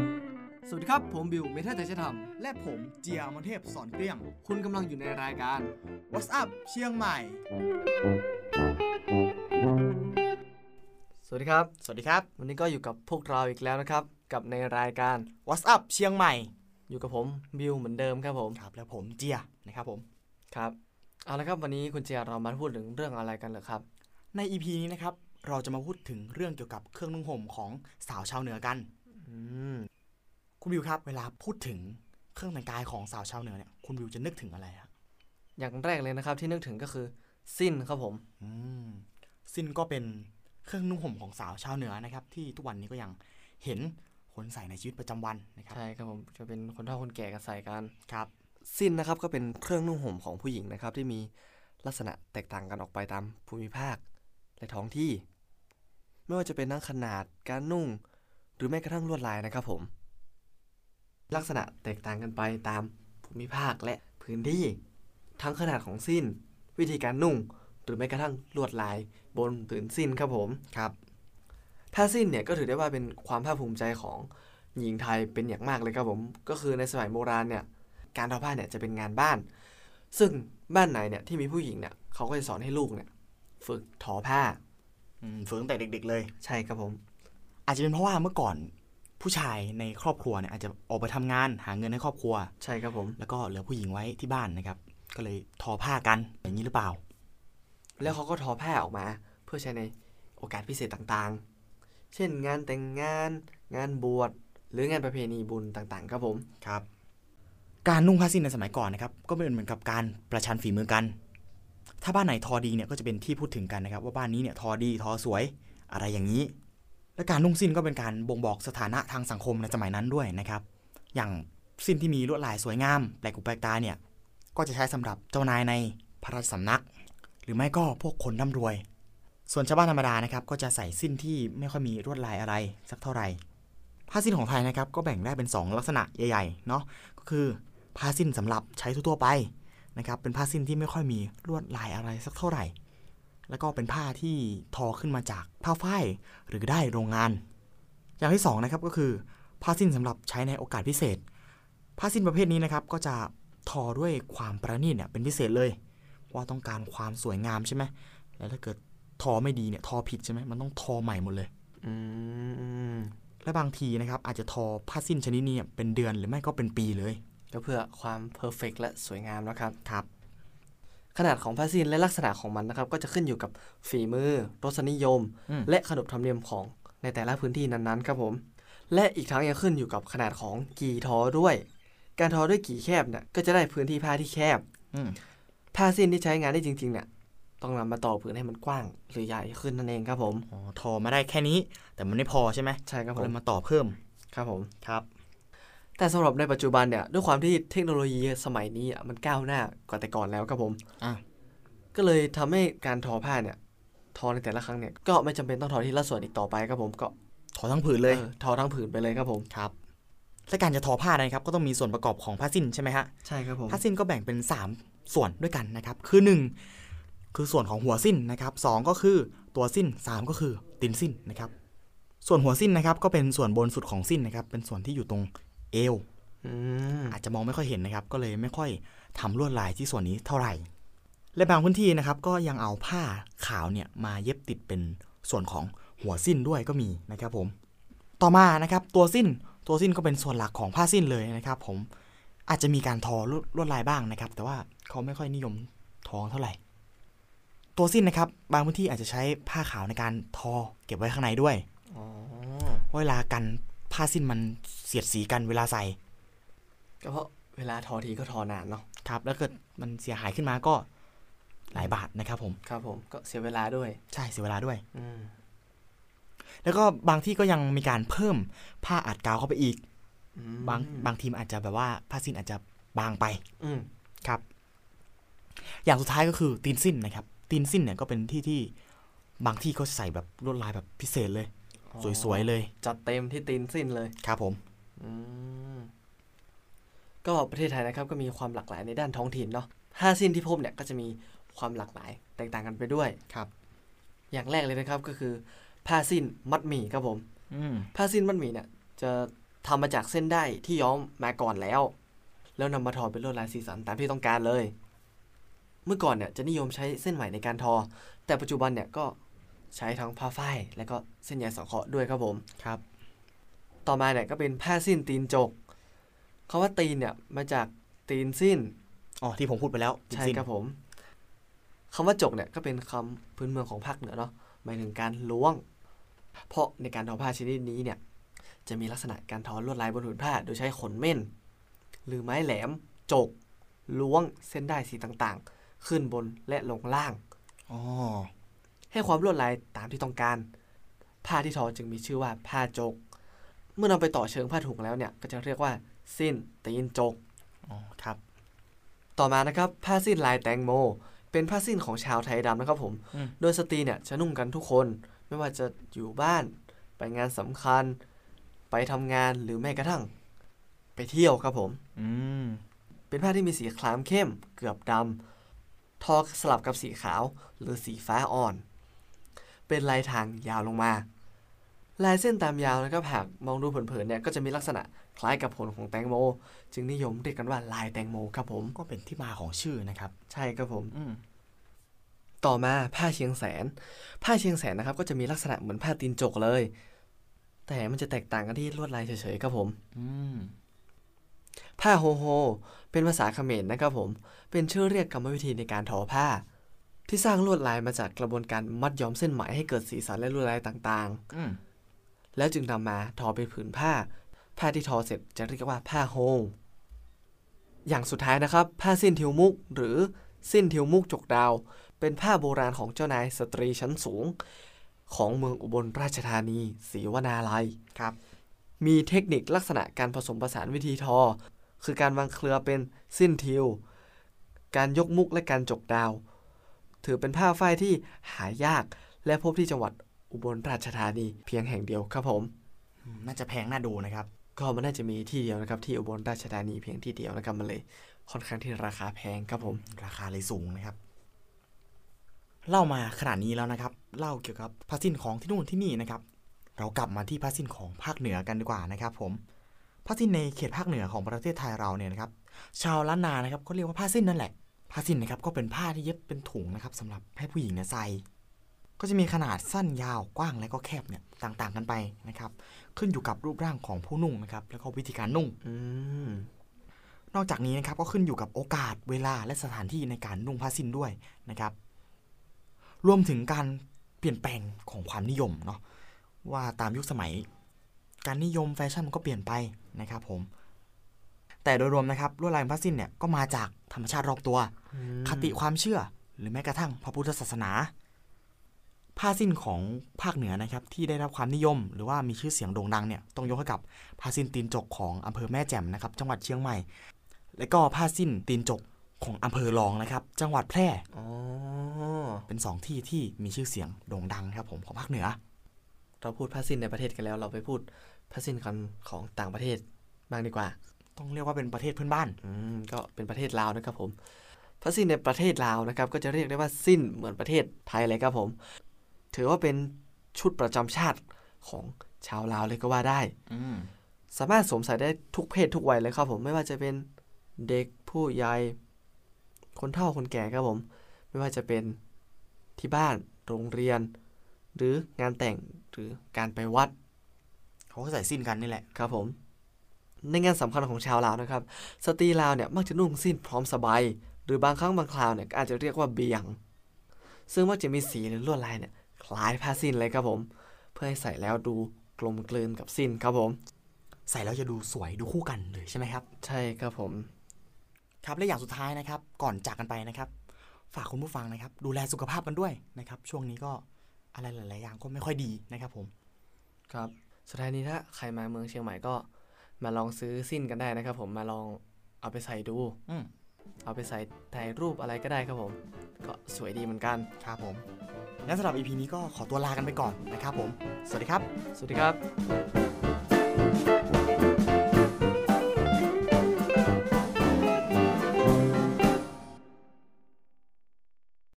ครับผมบิวเมทัลใจชธรรม และผมเจียมนเทพสอนเกลี้ยง คุณกำลังอยู่ในรายการ What's up เชียงใหม่ สวัสดีครับ สวัสดีครับ วันนี้ก็อยู่กับพวกเราอีกแล้วนะครับ กับในรายการ What's up เชียงใหม่ อยู่กับผมบิวเหมือนเดิมครับผม ครับแล้วผมเจียนะครับผม ครับ เอาละครับวันนี้คุณเจียเรามาพูดถึงเรื่องอะไรกันเหรอครับ ใน EP นี้นะครับ เราจะมาพูดถึงเรื่องเกี่ยวกับเครื่องนุ่งห่มของสาวชาวเหนือกัน อืม คุณบิวครับเวลาพูดถึงเครื่องแต่งกายของสาวชาวเหนือเนี่ยคุณบิวจะนึกถึงอะไรฮะ อย่างแรกเลยนะครับที่นึกถึงก็คือสิ้นครับผม อืมสิ้นก็เป็นเครื่องนุ่งห่มของสาวชาวเหนือนะครับ ที่ทุกวันนี้ก็ยังเห็นคนใส่ในชีวิตประจำวันนะครับ ใช่ครับผมจะเป็นคนเฒ่าคนแก่กันใส่กัน ครับ สิ้นนะครับก็เป็นเครื่องนุ่งห่มของผู้หญิงนะครับ ที่มีลักษณะแตกต่างกันออกไปตามภูมิภาค และท้องที่ ไม่ว่าจะเป็นทั้งขนาดการนุ่ง หรือแม้กระทั่งลวดลายนะครับผม ลักษณะแตกต่างกันไปตามภูมิภาคและพื้นที่ ทั้งขนาดของสิ้น วิธีการนุ่ง หรือแม้กระทั่งลวดลายบนผืนสิ้นครับผม ครับ ผ้าสิ้นเนี่ยก็ถือได้ว่าเป็นความภาคภูมิใจของหญิงไทยเป็นอย่างมากเลยครับผม ก็คือในสมัยโบราณเนี่ยการทอผ้าเนี่ยจะเป็นงานบ้าน ซึ่งบ้านไหนเนี่ยที่มีผู้หญิงเนี่ยเขาก็จะสอนให้ลูกเนี่ยฝึกทอผ้า อืมฝึกตั้งแต่เด็ก ๆ เลย ใช่ครับผม อาจจะเป็นเพราะว่าเมื่อก่อนผู้ชายในครอบครัวเนี่ยอาจจะออกไปทำงานหาเงินให้ครอบครัว ใช่ครับผม แล้วก็เหลือผู้หญิงไว้ที่บ้านนะครับ ก็เลยทอผ้ากันอย่างนี้หรือเปล่า แล้วเขาก็ทอผ้าออกมา เพื่อใช้ในโอกาสพิเศษต่างๆ เช่นงานแต่งงาน งานบวชหรืองานประเพณีบุญต่างๆ ครับผม ครับ การนุ่งผ้าสิ้นในสมัยก่อนนะครับ ก็เป็นเหมือนกับการประชันฝีมือกัน ถ้าบ้านไหนทอดีเนี่ยก็จะเป็นที่พูดถึงกันนะครับ ว่าบ้านนี้เนี่ยทอดีทอสวยอะไรอย่างนี้ และการนุ่งสิ้นก็เป็นการบ่งบอกสถานะทางสังคมในสมัยนั้นด้วยนะครับ อย่างสิ้นที่มีลวดลายสวยงามแปลกหูแปลกตาเนี่ยก็จะใช้สำหรับเจ้านายในพระราชสำนัก หรือไม่ก็พวกคนร่ำรวย ส่วนชาวบ้านธรรมดานะครับ ก็จะใส่สิ้นที่ไม่ค่อยมีลวดลายอะไรสักเท่าไหร่ ผ้าสิ้นของไทยนะครับก็แบ่งได้เป็น 2 ลักษณะใหญ่ๆเนาะก็คือผ้าสิ้นสำหรับใช้ทั่วๆไปนะครับเป็นผ้าสิ้นที่ไม่ค่อยมีลวดลายอะไรสักเท่าไหร่ แล้วก็เป็นผ้าที่ทอขึ้นมาจากผ้าฝ้ายหรือได้โรงงาน อย่างที่สองนะครับก็คือผ้าสิ้นสำหรับใช้ในโอกาสพิเศษ ผ้าสิ้นประเภทนี้นะครับก็จะทอด้วยความประณีตเนี่ยเป็นพิเศษเลยเพราะว่าต้องการความสวยงามใช่ไหมแล้วถ้าเกิดทอไม่ดีเนี่ยทอผิดใช่ไหมมันต้องทอใหม่หมดเลย อืม และบางทีนะครับอาจจะทอผ้าสิ้นชนิดนี้เนี่ยเป็นเดือนหรือไม่ก็เป็นปีเลย ก็เพื่อความเพอร์เฟกและสวยงามนะครับ ครับ ขนาดของผ้าสิ้นและลักษณะของมันนะครับ ก็จะขึ้นอยู่กับฝีมือ รสนิยม อืม และขนบธรรมเนียมของในแต่ละพื้นที่นั้นๆครับผม และอีกทั้งยังขึ้นอยู่กับขนาดของกี่ทอด้วย การทอด้วยกี่แคบเนี่ยก็จะได้พื้นที่ผ้าที่แคบ อืม ผ้าสิ้นที่ใช้งานได้จริงๆเนี่ยต้องนำมาต่อผืนให้มันกว้าง หรือใหญ่ขึ้นนั่นเองครับผม อ๋อทอมาได้แค่นี้ แต่มันไม่พอใช่ไหม ใช่ครับผ ก็เล ม ยมาต่อเพิ่ม ครับผม ครับ แต่สำหรับในปัจจุบันเนี่ยด้วยความที่เทคโนโลยีสมัยนี้อ่ะมันก้าวหน้ากว่าแต่ก่อนแล้วครับผม อ่ะ ก็เลยทำให้การทอผ้าเนี่ยทอในแต่ละครั้งเนี่ยก็ไม่จำเป็นต้องทอที่ละส่วนอีกต่อไปครับผมก็ ทอทั้งผืนเลย ออทอทั้งผืนไปเลยครับผม ครับและการจะทอผ้านะครับ ก็ต้องมีส่วนประกอบของผ้าสิ้นใช่ไหมฮะ ใช่ครับผม ผ้าสิ้นก็แบ่งเป็น 3 ส่วนด้วยกันนะครับ คือ 1 คือส่วนของหัวสิ้นนะครับสองก็คือตัวสิ้น 3 ก็คือตีนสิ้นนะครับ ส่วนหัวสิ้นนะครับก็เป็นส่วนบนสุดของสิ้นนะครับ เป็นส่วนที่อยู่ตรงเอว อืม อาจจะมองไม่ค่อยเห็นนะครับ ก็เลยไม่ค่อยทำลวดลายที่ส่วนนี้เท่าไหร่ และบางพื้นที่นะครับ ก็ยังเอาผ้าขาวเนี่ยมาเย็บติดเป็นส่วนของหัวสิ้นด้วยก็มีนะครับผม ต่อมานะครับตัวสิ้นตัวสิ้นก็เป็นส่วนหลักของผ้าสิ้นเลยนะครับ ผมอาจจะมีการทอลวดลวดลายบ้างนะครับ แต่ว่าเขาไม่ค่อยนิยมทอเท่าไหร่ ตัวสิ้นนะครับ บางพื้นที่อาจจะใช้ผ้าขาวในการทอเก็บไว้ข้างในด้วย อ๋อ เพราะเวลากันผ้าสิ้นมันเสียดสีกันเวลาใส่ ก็เพราะเวลาทอทีก็ทอนานเนาะ ครับแล้วเกิดมันเสียหายขึ้นมาก็หลายบาทนะครับผม ครับผมก็เสียเวลาด้วย ใช่เสียเวลาด้วย อืม แล้วก็บางที่ก็ยังมีการเพิ่มผ้าอัดกาวเข้าไปอีก อืม บางบางทีมอาจจะแบบว่าผ้าสิ้นอาจจะบางไป อืม ครับ อย่างสุดท้ายก็คือตีนสิ้นนะครับ ตีนสิ้นเนี่ยก็เป็นที่ที่บางที่เขาใส่แบบลวดลายแบบพิเศษเลย สวยๆเลย ๆจัดเต็มที่ตีนสิ้นเลย ครับผม อืมก็ประเทศไทยนะครับก็มีความหลากหลายในด้านท้องถิ่นเนาะห้าสิ้นที่พบเนี่ยก็จะมีความหลากหลายแตกต่างกันไปด้วย ครับ อย่างแรกเลยนะครับก็คือผ้าสิ้นมัดหมี่ครับผม อืม ผ้าสิ้นมัดหมี่เนี่ยจะ ทำมาจากเส้นได้ที่ย้อมมาก่อนแล้ว แล้วนำมาทอเป็นลวดลายสีสันตามที่ต้องการเลย เมื่อก่อนเนี่ยจะนิยมใช้เส้นไหมในการทอ แต่ปัจจุบันเนี่ยก็ใช้ทั้งผ้าฝ้ายและก็เส้นใยสังเคราะห์ด้วยครับผม ครับ ต่อมาเนี่ยก็เป็นผ้าสิ้นตีนจกคาว่าตีนเนี่ยมาจากตีนสิ้น อ๋อ ที่ผมพูดไปแล้ว ใช่ สิ้น ครับผมคำว่าจกเนี่ยก็เป็นคำพื้นเมืองของภาคเหนือเนาะหมายถึงการล้วง เพราะในการทอผ้าชนิดนี้เนี่ย จะมีลักษณะการทอลวดลายบนผืนผ้า โดยใช้ขนเม่น หรือไม้แหลม จก ล้วงเส้นได้สีต่างๆ ขึ้นบนและลงล่าง อ๋อ ให้ความลวดลายตามที่ต้องการ ผ้าที่ทอจึงมีชื่อว่าผ้าจก เมื่อนำไปต่อเชิงผ้าถุงแล้วเนี่ยก็จะเรียกว่า สิ้นตีนจก อ๋อ ครับ ต่อมานะครับผ้าสิ้นลายแตงโม เป็นผ้าสิ้นของชาวไทยดำนะครับผม อืม โดยสตรีเนี่ยจะนุ่งกันทุกคน ไม่ว่าจะอยู่บ้าน ไปงานสำคัญ ไปทำงานหรือแม้กระทั่ง ไปเที่ยวครับผม อืม เป็นผ้าที่มีสีคล้ามเข้ม เกือบดำ ทอสลับกับสีขาวหรือสีฟ้าอ่อน เป็นลายทางยาวลงมา ลายเส้นตามยาวนะครับหากมองดูเผินๆเนี่ยก็จะมีลักษณะคล้ายกับผลของแตงโม จึงนิยมเรียกกันว่าลายแตงโมครับผม ก็เป็นที่มาของชื่อนะครับ ใช่ครับผม อืม ต่อมาผ้าเชียงแสน ผ้าเชียงแสนนะครับ ก็จะมีลักษณะเหมือนผ้าตีนจกเลย แต่มันจะแตกต่างกันที่ลวดลายเฉยๆครับผม อืม ผ้าโฮโฮ เป็นภาษาเขมรนะครับผม เป็นชื่อเรียกกรรมวิธีในการทอผ้า ที่สร้างลวดลายมาจากกระบวนการมัดย้อมเส้นไหมให้เกิดสีสันและลวดลายต่าง อืม ๆ แล้วจึงนำมาทอเป็นผืนผ้า ผ้าที่ทอเสร็จจะเรียกว่าผ้าโฮ อย่างสุดท้ายนะครับ ผ้าสิ้นทิวมุก หรือสิ้นทิวมุกจกดาว เป็นผ้าโบราณของเจ้านายสตรีชั้นสูง ของเมืองอุบลราชธานีศรีวนาลัย ครับ มีเทคนิคลักษณะการผสมผสานวิธีทอ คือการวางเครือเป็นสิ้นทิว การยกมุกและการจกดาว ถือเป็นผ้าฝ้ายที่หายาก และพบที่จังหวัดอุบลราชธานีเพียงแห่งเดียวครับผม น่าจะแพงน่าดูนะครับ ก็มันน่าจะมีที่เดียวนะครับที่อุบลราชธานีเพียงที่เดียวนะครับมันเลย ค่อนข้างที่ราคาแพงครับผม ราคาเลยสูงนะครับ เล่ามาขนาดนี้แล้วนะครับ เล่าเกี่ยวกับผ้าสิ้นของที่นู่นที่นี่นะครับ เรากลับมาที่ผ้าสิ้นของภาคเหนือกันดีกว่านะครับ ผมผ้าสิ้นในเขตภาคเหนือของประเทศไทยเราเนี่ยนะครับ ชาวล้านนานะครับก็เรียกว่าผ้าสิ้นนั่นแหละผ้าสิ้นนะครับก็เป็นผ้าที่เย็บเป็นถุงนะครับสำหรับให้ผู้หญิงเนี่ยใส่ก็จะมีขนาดสั้นยาวกว้างและก็แคบเนี่ยต่างๆ กันไปนะครับ ขึ้นอยู่กับรูปร่างของผู้นุ่งนะครับ แล้วก็วิธีการนุ่ง อืม นอกจากนี้นะครับก็ขึ้นอยู่กับโอกาสเวลาและสถานที่ในการนุ่งผ้าสิ้นด้วยนะครับ รวมถึงการเปลี่ยนแปลงของความนิยมเนาะว่าตามยุคสมัย การนิยมแฟชั่นมันก็เปลี่ยนไปนะครับผม แต่โดยรวมนะครับลวดลายผ้าสิ้นเนี่ยก็มาจากธรรมชาติรอบตัว คติความเชื่อหรือแม้กระทั่งพระพุทธศาสนา ผ้าสิ้นของภาคเหนือนะครับ ที่ได้รับความนิยม หรือว่ามีชื่อเสียงโด่งดังเนี่ยต้องยกให้กับผ้าสิ้นตีนจกของอำเภอแม่แจ่มนะครับ จังหวัดเชียงใหม่ และก็ผ้าสิ้นตีนจกของอำเภอรองนะครับ จังหวัดแพร่ อ๋อ เป็นสองที่ที่มีชื่อเสียงโด่งดังครับผมของภาคเหนือ เราพูดผ้าสิ้นในประเทศกันแล้ว เราไปพูดผ้าสิ้นกันของต่างประเทศบ้างดีกว่า ต้องเรียกว่าเป็นประเทศเพื่อนบ้าน อืมก็เป็นประเทศลาวนะครับผมถ้าสิ้นในประเทศลาวนะครับ ก็จะเรียกได้ว่าสิ้นเหมือนประเทศไทยเลยครับผม ถือว่าเป็นชุดประจำชาติของชาวลาวเลยก็ว่าได้ อืม สามารถสวมใส่ได้ทุกเพศทุกวัยเลยครับผมไม่ว่าจะเป็นเด็กผู้ใหญ่คนเฒ่าคนแก่ครับผม ไม่ว่าจะเป็นที่บ้านโรงเรียน หรืองานแต่งหรือการไปวัด เขาก็ใส่สิ้นกันนี่แหละ ครับผม ในงานสำคัญของชาวลาวนะครับ สตรีลาวเนี่ยมักจะนุ่งสิ้นพร้อมสบายหรือบางครั้งบางคราวเนี่ยก็อาจจะเรียกว่าเบียง ซึ่งมักจะมีสีหรือลวดลายเนี่ยคล้ายผ้าสิ้นเลยครับผม เพื่อให้ใส่แล้วดูกลมกลืนกับสิ้นครับผม ใส่แล้วจะดูสวยดูคู่กันเลยใช่ไหมครับ ใช่ครับผม ครับและอย่างสุดท้ายนะครับก่อนจากกันไปนะครับ ฝากคุณผู้ฟังนะครับ ดูแลสุขภาพกันด้วยนะครับ ช่วงนี้ก็อะไรหลาย ๆ อย่างก็ไม่ค่อยดีนะครับผม ครับ สุดท้ายนี้ถ้าใครมาเมืองเชียงใหม่ก็มาลองซื้อสิ้นกันได้นะครับ ผมมาลองเอาไปใส่ดู อืม เอาไปใส่ถ่ายรูปอะไรก็ได้ครับผม ก็สวยดีเหมือนกัน ครับผมงั้นสำหรับ EP นี้ก็ขอตัวลากันไปก่อนนะครับผม สวัสดีครับ สวัสดีครับ